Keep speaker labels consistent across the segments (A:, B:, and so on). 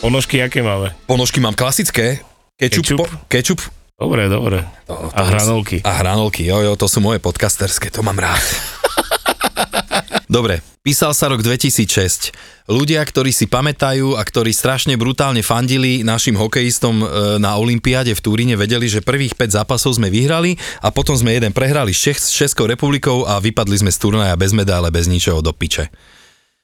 A: Ponožky aké máme?
B: Ponožky mám klasické. Kečup,
A: Kečup.
B: Po, kečup
A: Dobre, dobre. A hranolky.
B: No, a hranolky. Jo, jo, to sú moje podcasterské, to mám rád. Dobre, písal sa rok 2006. Ľudia, ktorí si pamätajú a ktorí strašne brutálne fandili našim hokejistom e, na Olympiáde v Turíne, vedeli, že prvých 5 zápasov sme vyhrali a potom sme jeden prehrali s, Čech, s Českou republikou a vypadli sme z turnaja bez medále, bez ničoho do piče.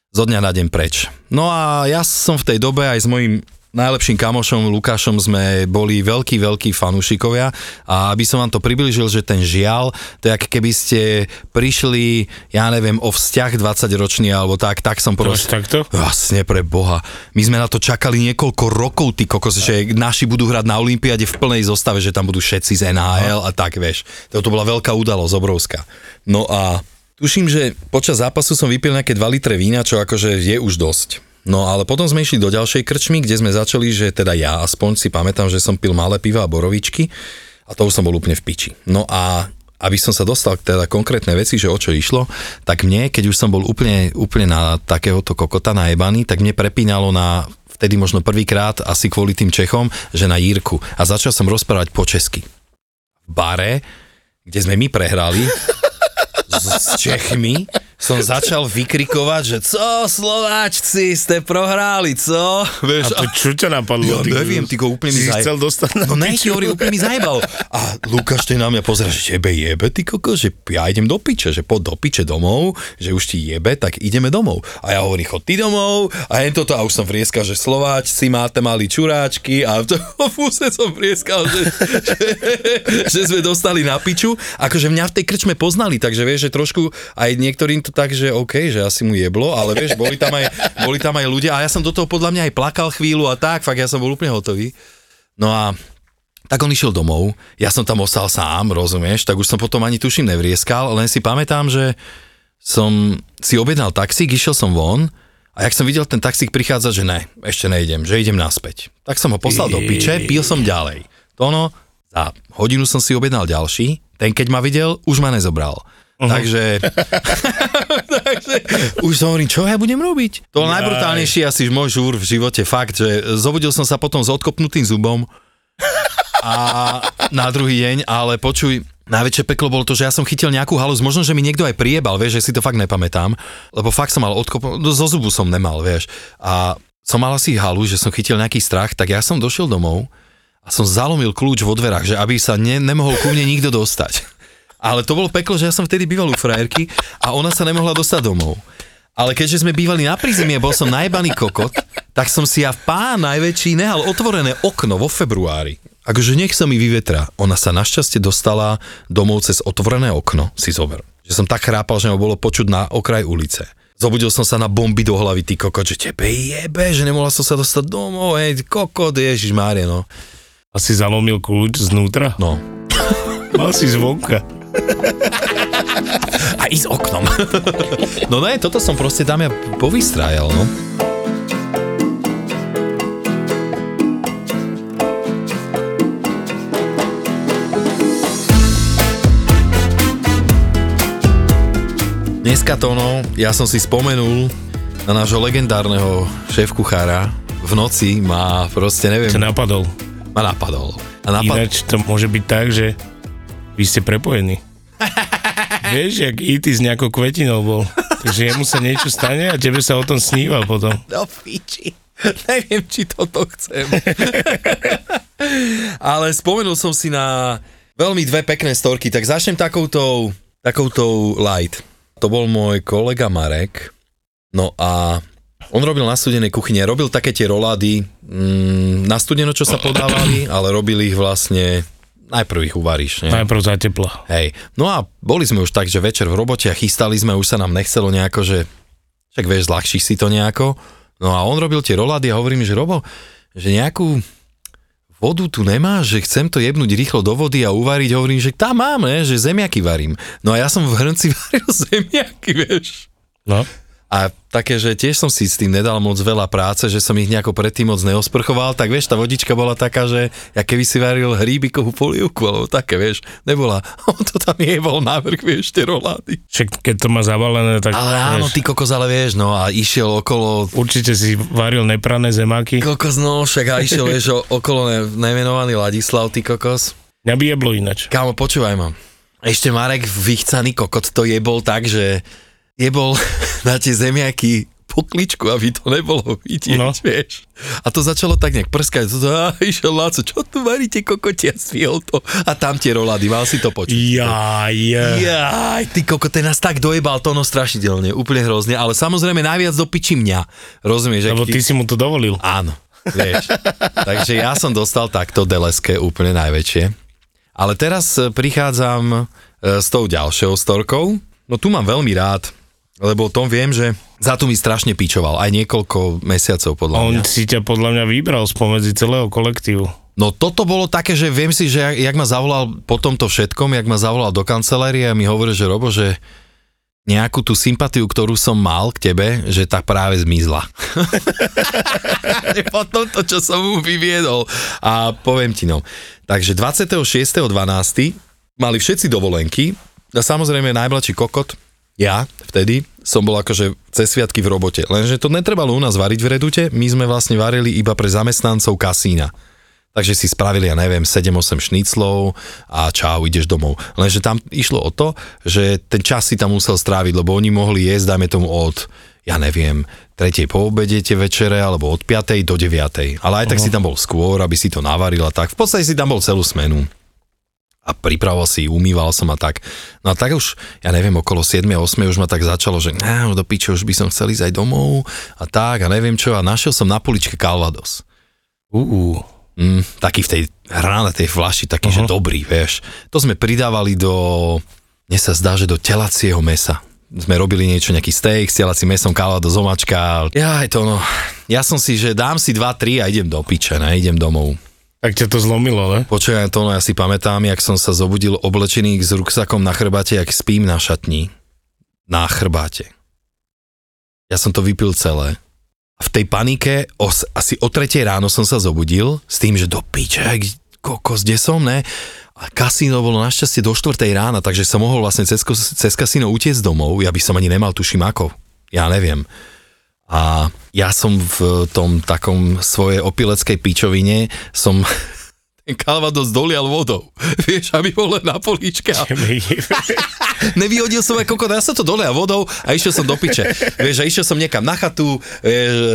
B: Zo dňa na deň preč. No a ja som v tej dobe aj s mojim najlepším kamošom Lukášom sme boli veľkí, veľkí fanúšikovia a aby som vám to približil, že ten žial, to je ako keby ste prišli, ja neviem, o vzťah 20-ročný alebo tak, tak som
A: To až
B: proste...
A: takto?
B: Jasne pre Boha. My sme na to čakali niekoľko rokov, ty kokos, že naši budú hrať na Olympiade v plnej zostave, že tam budú všetci z NHL a tak, vieš. To, to bola veľká udalosť, obrovská. No a tuším, že počas zápasu som vypil nejaké 2 litre vína, čo akože je už dosť. No ale potom sme išli do ďalšej krčmy, kde sme začali, že teda ja aspoň si pamätám, že som pil malé piva a borovičky a to už som bol úplne v piči. No a aby som sa dostal k teda konkrétnej veci, že o čo išlo, tak mne, keď už som bol úplne, úplne na takéhoto kokota najebaný, tak mne prepínalo na vtedy možno prvýkrát, asi kvôli tým Čechom, že na Jirku. A začal som rozprávať po česky. V bare, kde sme my prehrali, s, s Čechmi, som začal vykrikovať, že co Slováčci, ste prohráli, co?
A: A
B: Vieš,
A: to čo ťa napadlo?
B: Ja neviem, ty ko úplne mi
A: si
B: zaj-
A: chcel dostať na
B: No ne,
A: piču.
B: Jori, úplne mi zajebal. A Lukáš ten na mňa pozera, že tebe jebe, ty koko, že ja idem do piče, že po do piče domov, že už ti jebe, tak ideme domov. A ja hovorím, chod ty domov, a jen toto, a už som vrieskal, že Slováčci máte mali čuráčky, a to v úse som vrieskal, že, že, že, sme dostali na piču. Akože mňa v tej krčme poznali, takže vieš, že trošku aj niektorým to tak, že OK, že asi mu jeblo, ale vieš, boli tam aj, boli tam aj ľudia a ja som do toho podľa mňa aj plakal chvíľu a tak, fakt ja som bol úplne hotový. No a tak on išiel domov, ja som tam ostal sám, rozumieš, tak už som potom ani tuším nevrieskal, len si pamätám, že som si objednal taxík, išiel som von a jak som videl ten taxík prichádzať, že ne, ešte nejdem, že idem naspäť. Tak som ho poslal do piče, pil som ďalej. To ono, za hodinu som si objednal ďalší, ten keď ma videl, už ma nezobral. Uh-huh. Takže, takže už som hovorím, čo ja budem robiť? To najbrutálnejší asi môj žúr v živote, fakt, že zobudil som sa potom s odkopnutým zubom, a na druhý deň, ale počuj, najväčšie peklo bolo to, že ja som chytil nejakú halus, možno, že mi niekto aj priebal, vieš, že si to fakt nepamätám, lebo fakt som mal odkop, no, zo zubu som nemal, vieš, a som mal asi halu, že som chytil nejaký strach, tak ja som došiel domov a som zalomil kľúč vo dverách, že aby sa ne, nemohol ku mne nikto dostať. Ale to bolo peklo, že ja som vtedy býval u frajerky a ona sa nemohla dostať domov. Ale keďže sme bývali na prízemie, bol som najbaný kokot, tak som si ja pán najväčší nehal otvorené okno vo februári. Akože nech sa mi vyvetra. Ona sa našťastie dostala domov cez otvorené okno, si zober. Že som tak chrápal, že ma bolo počuť na okraj ulice. Zobudil som sa na bomby do hlavy, ty kokot, že tebe jebe, že nemohla som sa dostať domov, hej, kokot, ježiš Mária, no.
A: A si zalomil kľúč znútra?
B: No.
A: Mal si zvonka.
B: A ísť oknom. no ne, toto som proste tam ja povystrájal, no. Dneska to no, ja som si spomenul na nášho legendárneho šéf-kuchára. V noci ma proste,
A: Ťa
B: neviem,
A: napadol.
B: ma napadol. A napad...
A: Ináč to môže byť tak, že vy ste prepojení. Vieš, jak IT s nejakou kvetinou bol. Takže jemu sa niečo stane a tebe sa o tom sníva potom.
B: do piči. Neviem, či toto chcem. Ale spomenul som si na veľmi dve pekné storky, tak začnem takouto, takouto light. To bol môj kolega Marek, no a on robil na studenej kuchyne, robil také tie rolády mm, na studeno, čo sa podávali, ale robili ich vlastne, najprv ich uvaríš, ne?
A: Najprv zatepla.
B: Hej, no a boli sme už tak, že večer v robote a chystali sme, už sa nám nechcelo nejako, že Však vieš, zľahčíš si to nejako. No a on robil tie rolády a hovorím, že Robo, že nejakú vodu tu nemáš, že chcem to jebnúť rýchlo do vody a uvariť. Hovorím, že tá mám, ne, že zemiaky varím. No a ja som v hrnci varil zemiaky, vieš.
A: No.
B: A také, že tiež som si s tým nedal moc veľa práce, že som ich nejako predtým moc neosprchoval, tak vieš, tá vodička bola taká, že ja keby si varil hríbikovú polievku, alebo také, vieš, nebola. On to tam jebol návrh, vieš, tie rolády.
A: Však keď to má zabalené, tak
B: Ale áno, ty kokos, ale vieš, no a išiel okolo
A: určite si varil neprané zemáky.
B: Kokos, no, však a išiel, vieš, o- okolo ne, nemenovaný Ladislav, ty kokos.
A: Mňa by jeblo inač.
B: Kámo, počúvaj ma. Ešte Marek vychcaný kokot to jebol tak, že jebol na tie zemiaky pokličku, aby to nebolo vidieť,
A: No.
B: no. vieš. A to začalo tak nejak prskať, to, a išiel Láco, čo tu varíte kokotia, svihol to. A tam tie rolady, mal si to počuť.
A: Jaj.
B: Jaj, ty koko, ten nás tak dojebal, to no strašidelne, úplne hrozne, ale samozrejme najviac do piči mňa, rozumieš?
A: Lebo
B: aký-
A: ty si mu to dovolil.
B: Áno, vieš. Takže ja som dostal takto deleské úplne najväčšie. Ale teraz e, prichádzam e, s tou ďalšou storkou. No tu mám veľmi rád, lebo o tom viem, že za to mi strašne pičoval. Aj niekoľko mesiacov podľa
A: On
B: mňa.
A: si ťa podľa mňa vybral spomedzi celého kolektívu.
B: No toto bolo také, že viem si, že jak, jak ma zavolal po tomto všetkom, jak ma zavolal do kancelárie a mi hovorí, že Robo, že nejakú tú sympatiu, ktorú som mal k tebe, že tá práve zmizla. po tomto, čo som mu vyviedol. A poviem ti no. Takže 26.12. mali všetci dovolenky a samozrejme najmladší kokot, ja vtedy, som bol akože cez sviatky v robote. Lenže to netrebalo u nás variť v redute, my sme vlastne varili iba pre zamestnancov kasína. Takže si spravili, ja neviem, 7-8 šniclov a čau, ideš domov. Lenže tam išlo o to, že ten čas si tam musel stráviť, lebo oni mohli jesť, dajme tomu od, ja neviem, tretej po obede tie večere, alebo od 5. do 9. Ale aj tak si tam bol skôr, aby si to navaril a tak. V podstate si tam bol celú smenu a pripravoval si, umýval som a tak. No a tak už, ja neviem, okolo 7 a 8 už ma tak začalo, že á, do piče, už by som chcel ísť aj domov a tak a neviem čo. A našiel som na poličke Calvados.
A: Uú.
B: Mm, taký v tej hranatej flaši, taký, uh-huh. že dobrý, vieš. To sme pridávali do, mne sa zdá, že do telacieho mesa. Sme robili niečo, nejaký steak s telacím mesom, kála do zomačka. Ja aj to no. Ja som si, že dám si 2-3 a idem do piče, ne, idem domov.
A: Tak ťa to zlomilo, ne?
B: Počujem to, no ja si pamätám, jak som sa zobudil oblečený s ruksakom na chrbate, jak spím na šatni. Na chrbáte. Ja som to vypil celé. A v tej panike os, asi o tretej ráno som sa zobudil s tým, že do piče, kde- kokos, kde som, ne? A kasíno bolo našťastie do 4 rána, takže som mohol vlastne cez, kos- cez kasíno utiecť domov. Ja by som ani nemal tuším ako. Ja neviem. A ja som v tom takom svojej opileckej pičovine som ten kalvados dolial vodou. Vieš, aby bol len na políčke. A nevyhodil som aj kokot, ja som to dolial vodou a išiel som do piče. Vieš, a išiel som niekam na chatu vieš, e,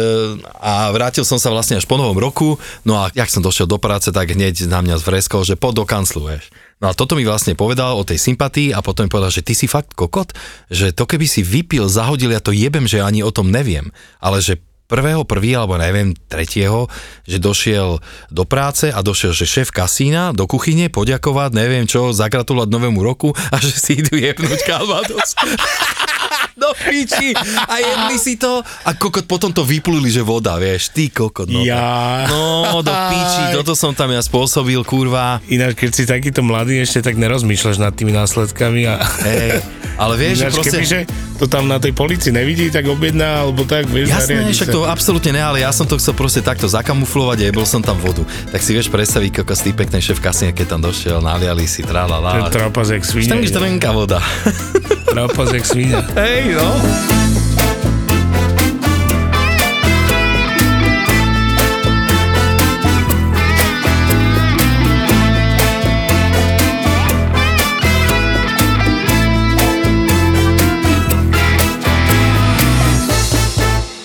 B: a vrátil som sa vlastne až po novom roku. No a jak som došiel do práce, tak hneď na mňa zvreskol, že pod do kanclu, vieš. No a toto mi vlastne povedal o tej sympatii a potom mi povedal, že ty si fakt kokot, že to keby si vypil, zahodil, ja to jebem, že ani o tom neviem, ale že prvého, prvý, alebo neviem, tretieho, že došiel do práce a došiel, že šéf kasína do kuchyne poďakovať, neviem čo, zagratulovať novému roku a že si idú jebnúť kalvados. Do piči. A jedli si to a kokot potom to vypluli, že voda, vieš, ty kokot. No,
A: Ja.
B: no do piči, toto som tam ja spôsobil, kurva.
A: Ináč, keď si takýto mladý, ešte tak nerozmýšľaš nad tými následkami a...
B: Hej, ale vieš, že
A: Ináč,
B: proste...
A: kebyže to tam na tej polici nevidí, tak objedná, alebo tak, vieš,
B: Jasné,
A: zariadi
B: však
A: sa.
B: to absolútne ne, ale ja som to chcel proste takto zakamuflovať a jebol som tam vodu. Tak si vieš predstaviť, koľko stý peknej šéf kasine, keď tam došiel, naliali si,
A: Ten
B: tralala.
A: Trapas jak svinia.
B: Tam už
A: ináč.
B: trnka voda.
A: Trapas jak svinia.
B: Hej, no.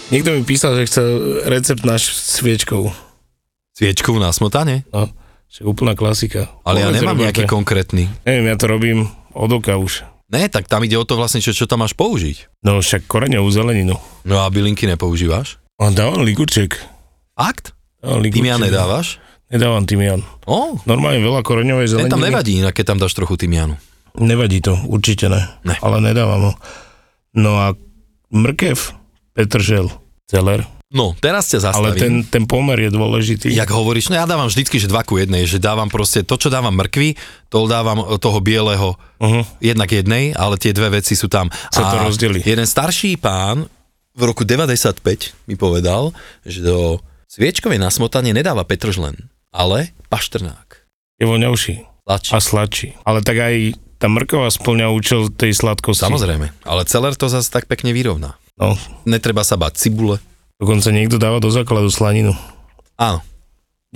A: Niekto mi písal, že chcel recept náš s sviečkou.
B: Sviečku na smotane?
A: No, že úplná klasika.
B: Ale ja
A: Povedz,
B: nemám
A: Roberto.
B: nejaký konkrétny.
A: Neviem, ja to robím od oka už.
B: Ne, tak tam ide o to vlastne, čo, čo tam máš použiť.
A: No však koreňovú zeleninu.
B: No a bylinky nepoužívaš?
A: A dávam liguček.
B: Akt?
A: Dávam liguček.
B: Tymián nedávaš?
A: Nedávam tymián.
B: O,
A: Normálne veľa koreňovej
B: ten
A: zeleniny.
B: tam nevadí, inak keď tam dáš trochu tymiánu.
A: Nevadí to, určite ne.
B: Ne.
A: Ale nedávam ho. No a mrkev, Petržel, Celer.
B: No, teraz ťa zastavím.
A: Ale ten, ten pomer je dôležitý.
B: Jak hovoríš, no ja dávam vždycky, že 2 ku 1, že dávam proste to, čo dávam mrkvi, to dávam toho bieleho
A: Uh-huh.
B: jednak jednej, ale tie dve veci sú tam.
A: Sa to rozdelí.
B: Jeden starší pán v roku 95 mi povedal, že do sviečkovej na smotanie nedáva Petržlen, ale paštrnák.
A: Je voňavší a
B: Tlačí.
A: sladší. Ale tak aj tá mrkova splňa účel tej sladkosti.
B: Samozrejme, ale celer to zase tak pekne vyrovná.
A: No,
B: Netreba sa bať cibule.
A: dokonca niekto dáva do základu slaninu.
B: Áno,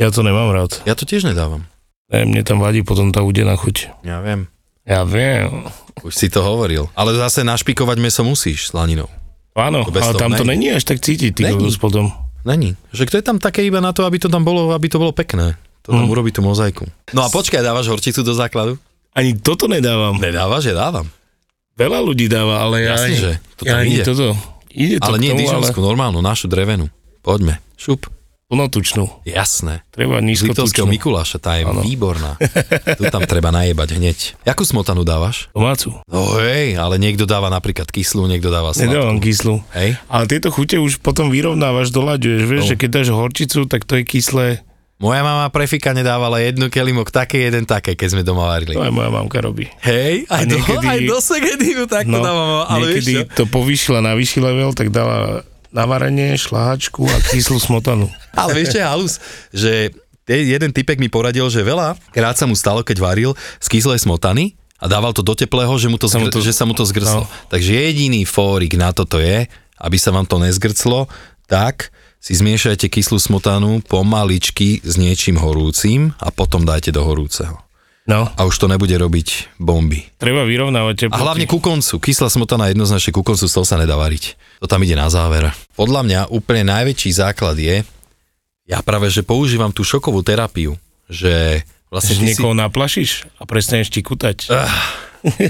A: Ja to nemám rád.
B: ja to tiež nedávam.
A: Ne, mne tam vadí potom tá udená chuť.
B: Ja viem.
A: Ja viem.
B: Už si to hovoril. Ale zase našpikovať meso musíš slaninou.
A: Áno,
B: To bez
A: ale
B: toho
A: tam to
B: nejde.
A: není až tak cítiť, ty
B: Není.
A: kokos potom.
B: Není. Že kto je tam také iba na to, aby to tam bolo, aby to bolo pekné. To tam urobí tú mozaiku. No a počkaj, dávaš horčicu do základu?
A: Ani toto nedávam.
B: Nedávaš, ja dávam.
A: Veľa ľudí dáva, ale ja
B: Jasne,
A: ani,
B: že. To
A: ja
B: tam
A: ani
B: ide.
A: toto. Ide to
B: ale
A: k
B: nie
A: tomu, ale
B: dižonskú, normálnu, našu drevenú. Poďme, šup.
A: plnotučnú.
B: Jasné.
A: Treba
B: Z Liptovského
A: nízkotučnú.
B: Mikuláša, tá je
A: Áno.
B: výborná. tu tam treba najebať hneď. Jakú smotanu dávaš?
A: Domácu.
B: No hej, ale niekto dáva napríklad kyslú, niekto dáva sladkú.
A: Nedávam kyslú.
B: Hej?
A: Ale tieto chute už potom vyrovnávaš, doľaďuješ. Vieš,
B: No.
A: že keď dáš horčicu, tak to je kyslé.
B: Moja mama prefika nedávala jednu kelimok také, jeden také, keď sme doma varili.
A: To aj moja mamka robí.
B: Hej, aj,
A: No. A
B: do,
A: niekedy-
B: aj do segedínu takto no, dávam, ale vieš čo?
A: niekedy to povýšila na vyšší level, tak dala na varenie, šláhačku a kyslú smotanu.
B: Ale vieš, čo je halus? Že te- jeden typek mi poradil, že veľa krát sa mu stalo, keď varil z kyslej smotany a dával to do teplého, že, mu to
A: Sa mu to-
B: zgr- že sa mu to zgrclo.
A: no.
B: Takže jediný fórik na toto je, aby sa vám to nezgrclo, tak si zmiešajte kyslú smotanu pomaličky s niečím horúcim a potom dajte do horúceho.
A: No,
B: A už to nebude robiť bomby.
A: treba vyrovnávať teploty.
B: A hlavne ku koncu. Kyslá smotana jednoznačne ku koncu, z toho sa nedá variť. To tam ide na záver. Podľa mňa úplne najväčší základ je, ja práve, že používam tú šokovú terapiu, že
A: Že
B: vlastne ty si,
A: niekoho naplašíš a prestaneš ti kutať.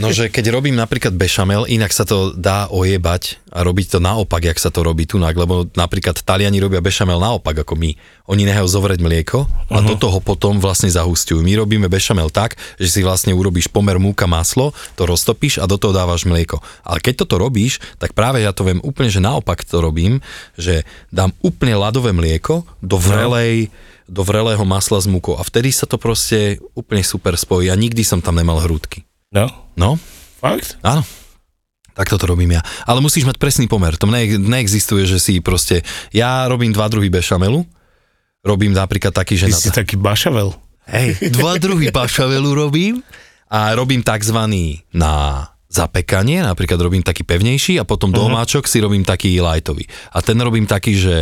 B: no, že keď robím napríklad bešamel, inak sa to dá ojebať a robiť to naopak, jak sa to robí tu, lebo napríklad Taliani robia bešamel naopak ako my. Oni nechajú zovrieť mlieko a do toho potom vlastne zahustujú. My robíme bešamel tak, že si vlastne urobíš pomer múka maslo, to roztopíš a do toho dávaš mlieko. Ale keď toto robíš, tak práve ja to viem úplne, že naopak to robím, že dám úplne ľadové mlieko do vrelej do vrelého masla s múkou a vtedy sa to proste úplne super spojí a nikdy som tam nemal hrúdky.
A: No,
B: No,
A: fakt?
B: Áno. Tak toto robím ja. Ale musíš mať presný pomer. To ne- neexistuje, že si proste... Ja robím dva druhy bešamelu. Robím napríklad taký, že...
A: Ty
B: na-
A: si taký bašavel.
B: Hej, dva druhy bašamelu robím. A robím takzvaný na zapekanie, napríklad robím taký pevnejší a
A: Mhm.
B: potom do omáčok si robím taký lightový. A ten robím taký, že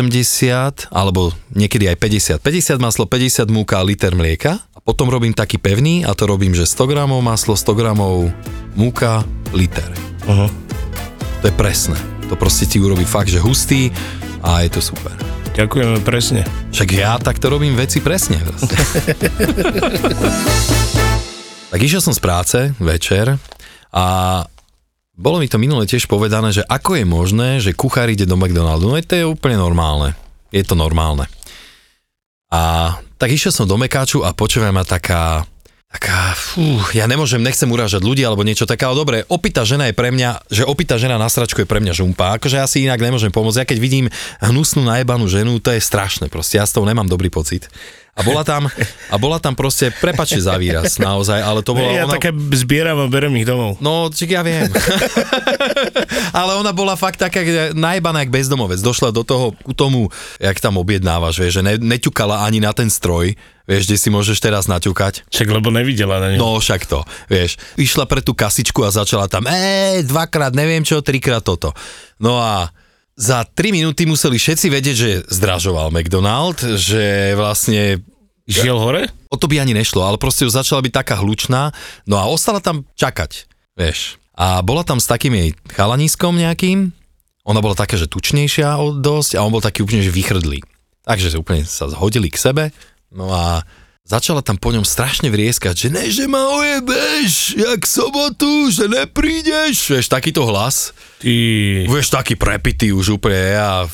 B: 80 alebo niekedy aj 50. 50 maslo, 50 múka, liter mlieka. A potom robím taký pevný a to robím, že 100 gramov maslo, 100 gramov múka, liter.
A: Uh-huh.
B: To je presné. To proste ti urobí fakt, že hustý a je to super.
A: Ďakujeme presne.
B: Však ja takto robím veci presne. proste. tak išiel som z práce večer a bolo mi to minule tiež povedané, že ako je možné, že kuchár ide do McDonaldu. No to je úplne normálne. Je to normálne. A tak išiel som do Mekáču a počúva ma taká taká, fú, ja nemôžem, nechcem urážať ľudí alebo niečo také, ale dobre, opýta žena je pre mňa, že opýta žena na stračku je pre mňa žumpa, akože ja si inak nemôžem pomôcť, ja keď vidím hnusnú najebanú ženu, to je strašné proste, ja s tou nemám dobrý pocit. A bola tam, a bola tam proste, prepačte za výraz, naozaj, ale to bola...
A: ja
B: ona,
A: také zbieram a berem ich domov.
B: No, či ja viem. Ale ona bola fakt taká že najebaná jak bezdomovec. Došla do toho, ku tomu, jak tam objednávaš, vieš, že ne, neťukala ani na ten stroj, vieš, kde si môžeš teraz naťukať.
A: Však lebo nevidela na ne.
B: No však to, vieš. Išla pre tú kasičku a začala tam, eee, dvakrát neviem čo, trikrát toto. No a za 3 minúty museli všetci vedieť, že zdražoval McDonald, že vlastne
A: Žiel hore?
B: o to by ani nešlo, ale proste už začala byť taká hlučná, no a ostala tam čakať, vieš. A bola tam s takým jej chalaniskom nejakým, ona bola taká, že tučnejšia o dosť a on bol taký úplne, že vychrdlý. Takže sa úplne sa zhodili k sebe, no a začala tam po ňom strašne vrieskať, že ne, že ma ojebeš, jak sobotu, že neprídeš, vieš, takýto hlas.
A: Ty...
B: Vieš, taký prepitý už úplne a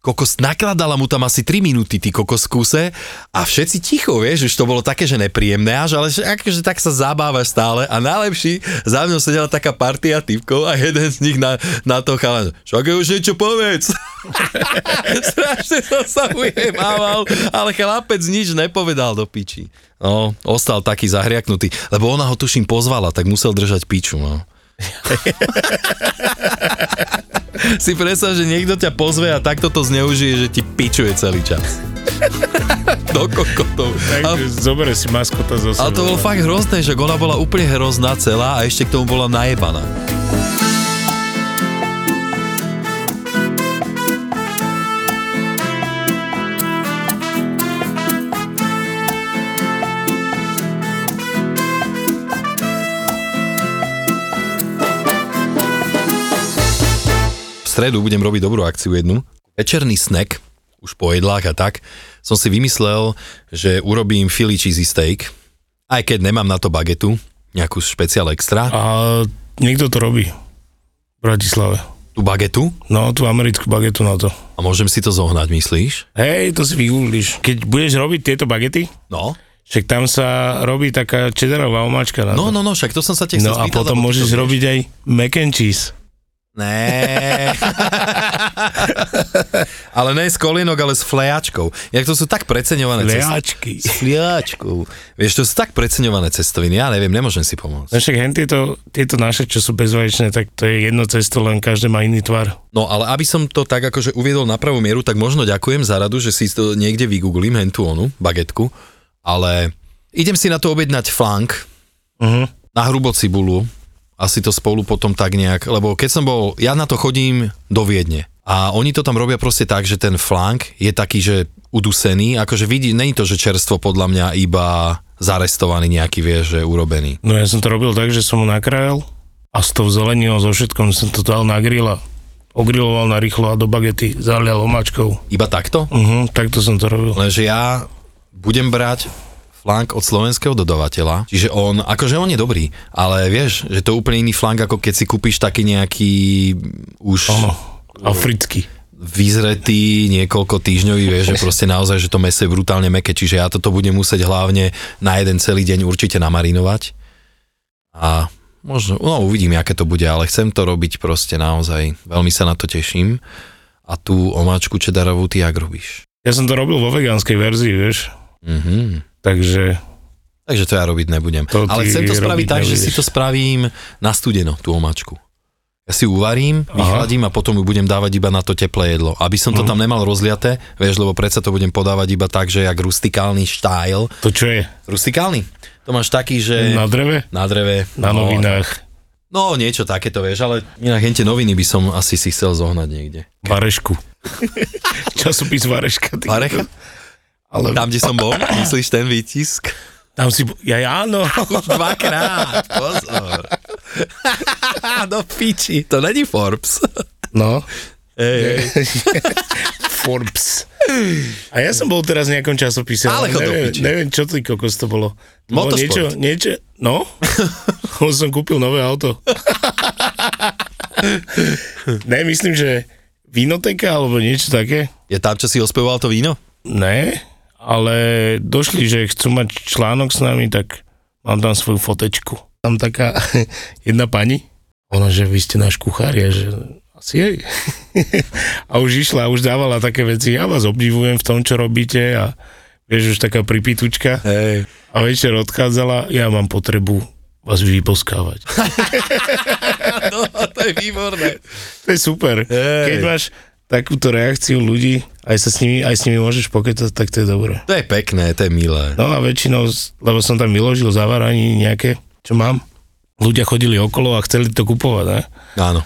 B: kokos nakladala mu tam asi 3 minúty, ty kokos v kuse a všetci ticho, vieš, už to bolo také, že nepríjemné až, ale že, akože tak sa zabávaš stále a najlepší, za mnou sedela taká partia typkov a jeden z nich na, na to chalan, však už niečo povedz. Strašne som sa ujebával, ale chlapec nič nepovedal do piči. No, ostal taký zahriaknutý, lebo ona ho tuším pozvala, tak musel držať piču, no. si predstav, že niekto ťa pozve a takto to zneužije, že ti pičuje celý čas. do kokotov. A,
A: Takže zobere si maskota zo sebou.
B: a to bolo fakt hrozné, že ona bola úplne hrozná celá a ešte k tomu bola najebaná. V stredu budem robiť dobrú akciu jednu. Večerný snack, už po jedlách a tak, som si vymyslel, že urobím Philly cheesy steak, aj keď nemám na to bagetu, nejakú špeciál extra.
A: A niekto to robí v Bratislave.
B: Tú bagetu?
A: No, tú americkú bagetu na to.
B: A môžem si to zohnať, myslíš?
A: Hej, to si vygooglíš. Keď budeš robiť tieto bagety,
B: No.
A: však tam sa robí taká čederová omáčka na
B: No,
A: to.
B: no, no, však to som sa te chcel
A: no a
B: spýtať,
A: potom
B: lebo ty to
A: môžeš
B: vieš.
A: robiť aj mac and cheese.
B: Né. ale ne z kolienok, ale s flejačkou. Jak to sú tak preceňované cestoviny.
A: Leáčky.
B: S flejačkou. Vieš, to sú tak preceňované cestoviny, ja neviem, nemôžem si pomôcť.
A: No však hen tieto, tieto naše, čo sú bezvaječné, tak to je jedno cesto, len každé má iný tvar.
B: No ale aby som to tak akože uviedol na pravú mieru, tak možno ďakujem za radu, že si to niekde vygooglím, hen tú onu, bagetku, ale idem si na to objednať flank,
A: Uh-huh.
B: na hrubo cibulu, asi to spolu potom tak nejak, lebo keď som bol, ja na to chodím do Viedne a oni to tam robia proste tak, že ten flank je taký, že udusený, akože vidí, není to, že čerstvo podľa mňa iba zarestovaný nejaký, vieš, že urobený.
A: No ja som to robil tak, že som ho nakrájal a s tou zeleninou, so všetkom som to dal na grilla. Ogriloval na rýchlo a do bagety zalial omáčkou.
B: Iba takto?
A: Uh-huh, takto som to robil.
B: Lenže ja budem brať flank od slovenského dodavateľa, čiže on, akože on je dobrý, ale vieš, že to je úplne iný flank, ako keď si kúpiš taký nejaký už
A: Áno, africký.
B: vyzretý niekoľko týždňový, vieš, že proste naozaj, že to meso je brutálne meké, čiže ja toto budem musieť hlavne na jeden celý deň určite namarinovať. A možno, no uvidím, aké to bude, ale chcem to robiť proste naozaj, veľmi sa na to teším. A tú omáčku čedarovú ty jak robíš?
A: Ja som to robil vo vegánskej verzii, vieš.
B: Mhm.
A: Takže
B: Takže to ja robiť nebudem.
A: To
B: ale
A: ty
B: chcem
A: robiť
B: to spraviť tak, že si
A: nebudeš.
B: to spravím na studeno, tú omáčku. Ja si ju uvarím,
A: Aha. Mhm.
B: vychladím a potom ju budem dávať iba na to teplé jedlo. Aby som to tam nemal rozliaté, vieš, lebo predsa to budem podávať iba tak, že jak rustikálny štýl.
A: to čo je?
B: Rustikálny? To máš taký, že...
A: Na
B: Na,
A: dreve?
B: na dreve.
A: Na
B: no,
A: novinách?
B: No, niečo takéto, vieš, ale inak hente noviny by som asi si chcel zohnať niekde.
A: Varešku. Časopis Vareška. Ty.
B: Varecha?
A: Ale
B: Tam, kde som bol, myslíš ten výtisk?
A: tam si... Ja, ja áno.
B: Dvakrát, pozor. Do piči, to není Forbes.
A: No.
B: Ej,
A: Forbes. A ja som bol teraz v nejakom časopise.
B: Ale chod do
A: neviem,
B: piče.
A: neviem, čo ty kokos to bolo. To bolo
B: Motorsport.
A: niečo, niečo, no. On som kúpil nové auto. ne, myslím, že vinoteka alebo niečo také.
B: Je tam, čo si ospevoval to víno?
A: Ne, ale došli, že chcú mať článok s nami, tak mám tam svoju fotečku. Tam taká jedna pani, ona, že vy ste náš kuchár, ja, že asi jej. a už išla, už dávala také veci, ja vás obdivujem v tom, čo robíte a vieš, už taká pripitučka
B: Hej.
A: a večer odchádzala, ja mám potrebu vás vyboskávať.
B: No, to je výborné.
A: To je super.
B: Hej.
A: Keď máš takúto reakciu ľudí, aj sa s nimi, aj s nimi môžeš pokecať, tak to je dobré.
B: To je pekné, to je milé.
A: No a väčšinou, z- lebo som tam vyložil zavaraní nejaké, čo mám, ľudia chodili okolo a chceli to kupovať, ne?
B: Áno.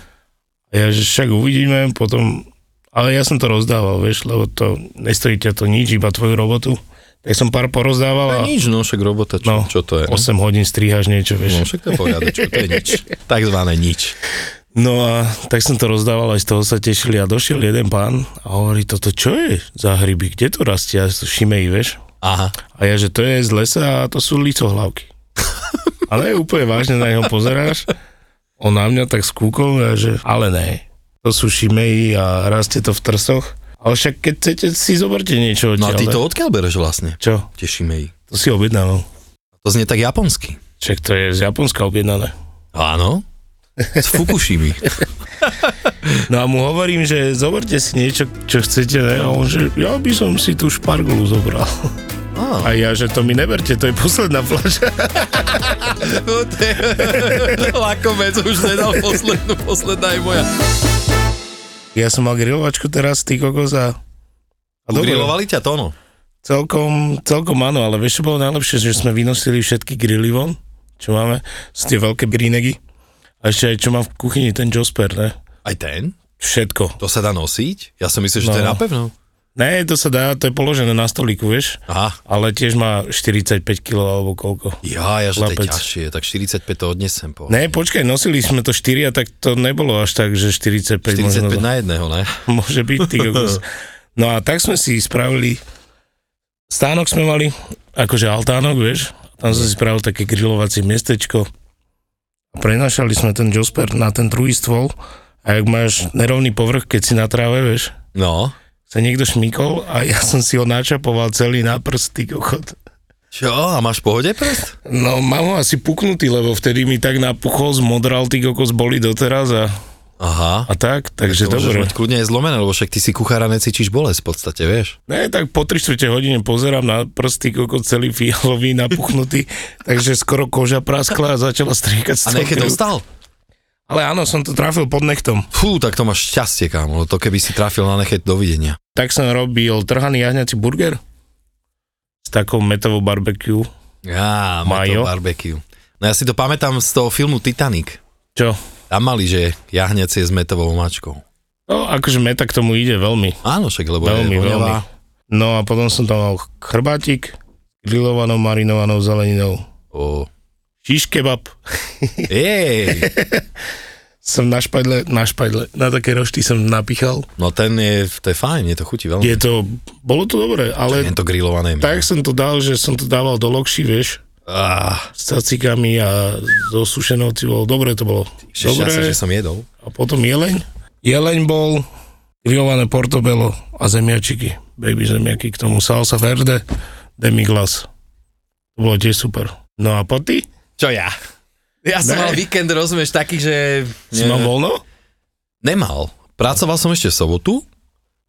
A: A ja, že však uvidíme, potom, ale ja som to rozdával, vieš, lebo to, nestojí ťa to nič, iba tvoju robotu. Tak som pár porozdával a
B: A nič, no však robota, čo,
A: No,
B: čo to je?
A: 8 hodín striháš niečo,
B: No
A: vieš.
B: však to je poriadočko, to je nič. Takzvané nič.
A: No a tak som to rozdával, aj z toho sa tešili a došiel jeden pán a hovorí, toto čo je za hryby, kde to rastie? A to šimej, vieš.
B: Aha.
A: A ja, že to je z lesa a to sú licohlavky. Ale úplne vážne na neho pozeráš. On na mňa tak skúkol a ja, že ale ne. To sú šimeji a rastie to v trsoch. A Ale však keď chcete, si zoberte niečo
B: No a
A: odtiaľ,
B: ty
A: ne?
B: to odkiaľ bereš vlastne?
A: Čo?
B: Tešíme jej.
A: To si objednával.
B: To znie tak japonsky.
A: Však to je z Japonska objednané.
B: Áno. S Fukushimi.
A: No a mu hovorím, že zoberte si niečo, čo chcete, ne? A on, že ja by som si tú špargulu zobral.
B: Á.
A: A ja, že to mi neberte, to je posledná fľaša.
B: No to je... Lakomec už nedal poslednú, posledná je moja.
A: Ja som mal grilovačku teraz, ty kokos a... a dobre,
B: Ugrilovali ťa to, no.
A: celkom, celkom áno, ale vieš, čo bolo najlepšie, že sme vynosili všetky grily von, čo máme, sú tie veľké grinegy. A ešte aj čo mám v kuchyni, ten Josper, ne?
B: Aj ten?
A: Všetko.
B: To sa dá nosiť? Ja som myslel, že to je
A: No.
B: napevno.
A: Ne, to sa dá, to je položené na stolíku, vieš?
B: Aha.
A: Ale tiež má 45 kg alebo koľko.
B: Ja, ja, že to je
A: Chlapec.
B: ťažšie, tak 45 to odnesem po.
A: Ne, počkaj, nosili sme to 4 a tak to nebolo až tak, že 45,
B: 45
A: možno. no.
B: na jedného, ne?
A: Môže byť, ty kokos. No a tak sme si spravili, stánok sme mali, akože altánok, vieš, tam sme si spravili také grilovacie miestečko. Prenašali sme ten Josper na ten druhý stôl a ak máš nerovný povrch, keď si na tráve, vieš,
B: No.
A: sa niekto šmykol a ja som si ho načapoval celý na prst, ty kokot.
B: Čo? A máš v pohode prst?
A: No, mám ho asi puknutý, lebo vtedy mi tak napuchol, zmodral, ty kokos boli doteraz a,
B: Aha.
A: a tak, takže
B: To môžeš
A: dobre.
B: mať kľudne aj zlomené, lebo však ty si kuchára necítiš bolesť v podstate, vieš.
A: Ne, tak po 3 čtvrte hodine pozerám na prsty, koľko celý fialový napuchnutý, takže skoro koža praskla a začala striekať z
B: A
A: toho
B: nejaké
A: krv.
B: dostal?
A: Ale áno, som to trafil pod nechtom.
B: Fú, tak to máš šťastie, kámo, to keby si trafil na nechet, dovidenia.
A: Tak som robil trhaný jahňací burger s takou metovou barbecue.
B: Á,
A: Majo?
B: Majo. barbecue. No ja si to pamätám z toho filmu Titanic.
A: Čo?
B: Tam mali, že jahňacie s metovou mačkou.
A: No, akože meta k tomu ide veľmi,
B: Áno, však, lebo
A: veľmi, veľmi.
B: je voňavá.
A: No a potom som tam mal chrbátik, grillovanou, marinovanou zeleninou,
B: O,
A: šiš kebab.
B: Jej,
A: Som na špajdle, na špajdle, na také rošty som napichal.
B: no ten je, to je fajn, je to chutí veľmi.
A: Je to, bolo to dobré, ale
B: Je to grillované. mňa.
A: Tak som to dal, že som to dával do lokši, vieš,
B: Á,
A: s cacikami a so sušenou cibulou. Dobre to bolo.
B: že šťastie,
A: Dobre.
B: že som jedol.
A: A potom jeleň. Jeleň bol grillované portobello a zemiačiky. Baby zemiaky, k tomu salsa verde, demiglas. To bolo tiež super. No a po ty?
B: Čo ja? Ja som
A: Ne.
B: mal víkend, rozumieš, taký, že...
A: Si mal voľno?
B: Nemal. Pracoval som ešte v sobotu,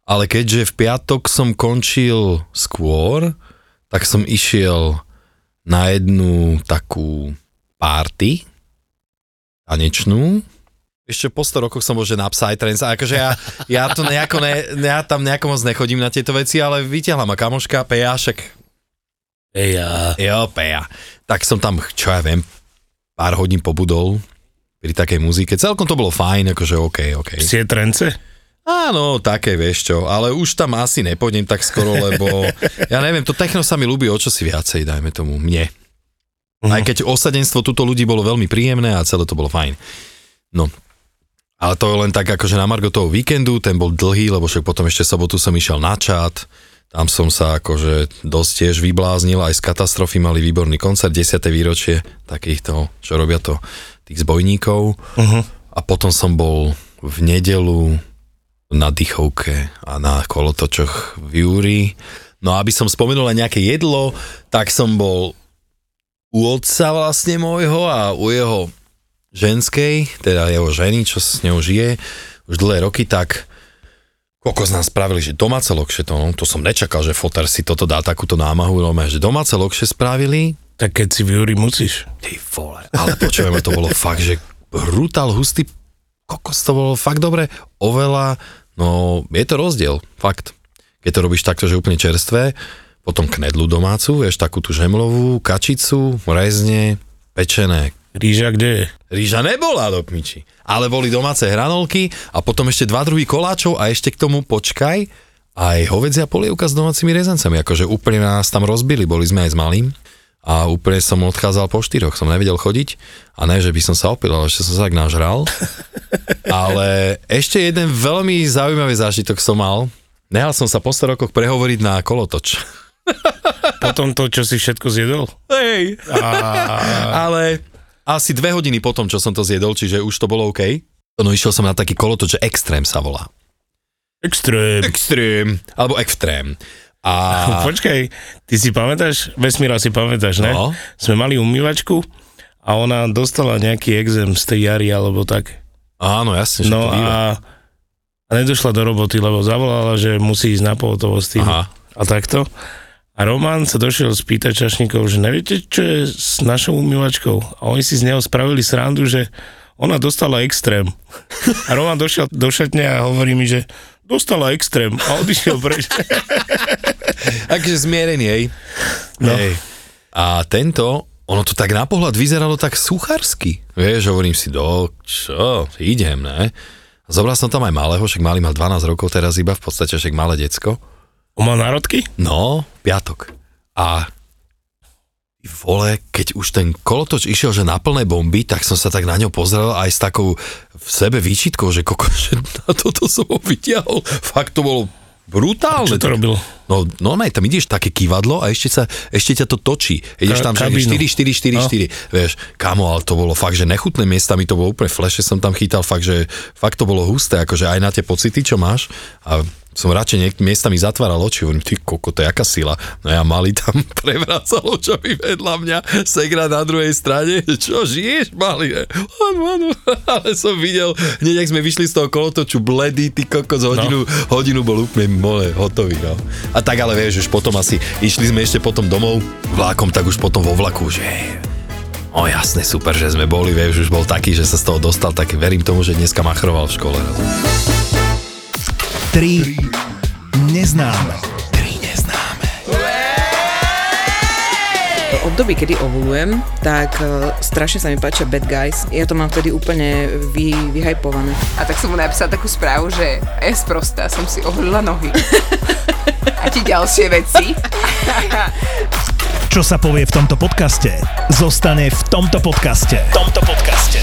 B: ale keďže v piatok som končil skôr, tak som išiel na jednu takú párty tanečnú. Ešte po 100 rokoch som bol, že na Psytrance, a akože ja, ja to nejako ne, ja tam nejako moc nechodím na tieto veci, ale vytiahla ma kamoška, Peja, však
A: Ja.
B: Jo, peja. Tak som tam, čo ja viem, pár hodín pobudol pri takej muzike. Celkom to bolo fajn, akože OK, OK.
A: Psie trence?
B: Áno, také, vieš čo, ale už tam asi nepôjdem tak skoro, lebo ja neviem, to techno sa mi ľúbi o čosi viacej, dajme tomu, mne. Aj
A: Mhm.
B: keď osadenstvo tuto ľudí bolo veľmi príjemné a celé to bolo fajn. No, ale to je len tak akože na Margo toho víkendu, ten bol dlhý, lebo však potom ešte sobotu som išiel na čat, tam som sa akože dosť tiež vybláznil, aj z katastrofy mali výborný koncert, 10. výročie takýchto, čo robia to, tých zbojníkov.
A: Uh-huh.
B: A potom som bol v nedelu na dychovke a na kolotočoch v Júri. No a aby som spomenul aj nejaké jedlo, tak som bol u otca vlastne môjho a u jeho ženskej, teda jeho ženy, čo s ňou žije už dlhé roky, tak kokos nám spravili, že domáce lokše, to, no, to som nečakal, že fotar si toto dá takúto námahu, no, že domáce lokše spravili,
A: Tak keď si v júri musíš.
B: Ty vole. Ale počujeme, to bolo fakt, že brutál hustý, kokos to bolo fakt dobre, oveľa, no je to rozdiel, fakt. Keď to robíš takto, že úplne čerstvé, potom knedlu domácu, vieš, takú tú žemlovú, kačicu, rezne, pečené.
A: Ríža kde je?
B: Ríža nebola do pmiči, ale boli domáce hranolky a potom ešte dva druhy koláčov a ešte k tomu počkaj, aj hovedzia polievka s domácimi rezancami, akože úplne nás tam rozbili, boli sme aj s malým a úplne som odchádzal po štyroch, som nevedel chodiť a ne, že by som sa opil, ale ešte som sa tak nažral. ale ešte jeden veľmi zaujímavý zážitok som mal. Nehal som sa po 100 rokoch prehovoriť na kolotoč.
A: Potom to, čo si všetko zjedol?
B: Hej. Ale asi dve hodiny potom, čo som to zjedol, čiže už to bolo OK. No išiel som na taký kolotoč, že extrém sa volá.
A: Extrém.
B: Extrém. Alebo extrém. A
A: Počkaj, ty si pamätáš, Vesmíra si pamätáš, ne?
B: No.
A: Sme mali umývačku a ona dostala nejaký exém z tej jary alebo tak.
B: áno, jasne, že to
A: No
B: býva.
A: a, a nedošla do roboty, lebo zavolala, že musí ísť na pohotovosť tým
B: Aha.
A: a takto. A Roman sa došiel spýtať čašníkov, že neviete, čo je s našou umývačkou? A oni si z neho spravili srandu, že ona dostala extrém. A Roman došiel do šatne a hovorí mi, že dostala extrém a odišiel preč.
B: Akže zmierený, hej.
A: No.
B: Hej. A tento, ono to tak na pohľad vyzeralo tak sucharsky. Vieš, hovorím si, do, čo, idem, ne? Zobral som tam aj malého, však malý mal 12 rokov teraz iba, v podstate však malé decko.
A: On mal národky?
B: No, piatok. A ty vole, keď už ten kolotoč išiel, že na plné bomby, tak som sa tak na ňo pozrel aj s takou v sebe výčitkou, že koko, že na toto som ho vyťahol. Fakt to bolo brutálne.
A: Čo to robil?
B: No, normálne tam ideš také kývadlo a ešte, sa, ešte ťa to točí. Ideš
A: Ka-
B: tam, že
A: kabínu.
B: 4, 4, 4,
A: No.
B: 4. Vieš, kamo, ale to bolo fakt, že nechutné miestami, to bolo úplne fleše som tam chytal, fakt, že fakt to bolo husté, akože aj na tie pocity, čo máš. A som radšej niek- miestami zatváral oči, hovorím, ty koko, to je jaká sila. No ja malý tam prevracal očami vedľa mňa, segra na druhej strane, čo žiješ, malý? Áno, áno, ale som videl, hneď ak sme vyšli z toho kolotoču, bledý, ty koko, z hodinu, hodinu bol úplne mole, hotový, no. A tak ale vieš, už potom asi, išli sme ešte potom domov vlákom, tak už potom vo vlaku, že hej, O jasne, super, že sme boli, vieš, už bol taký, že sa z toho dostal, tak verím tomu, že dneska machroval v škole. no. raz.
C: 3 neznáme.
D: V období, kedy ovulujem, tak e, strašne sa mi páčia bad guys. Ja to mám vtedy úplne vy, vyhajpované.
E: A tak som mu napísala takú správu, že je sprostá, som si oholila nohy. A ti ďalšie veci.
F: Čo sa povie v tomto podcaste, zostane v tomto podcaste. V tomto podcaste.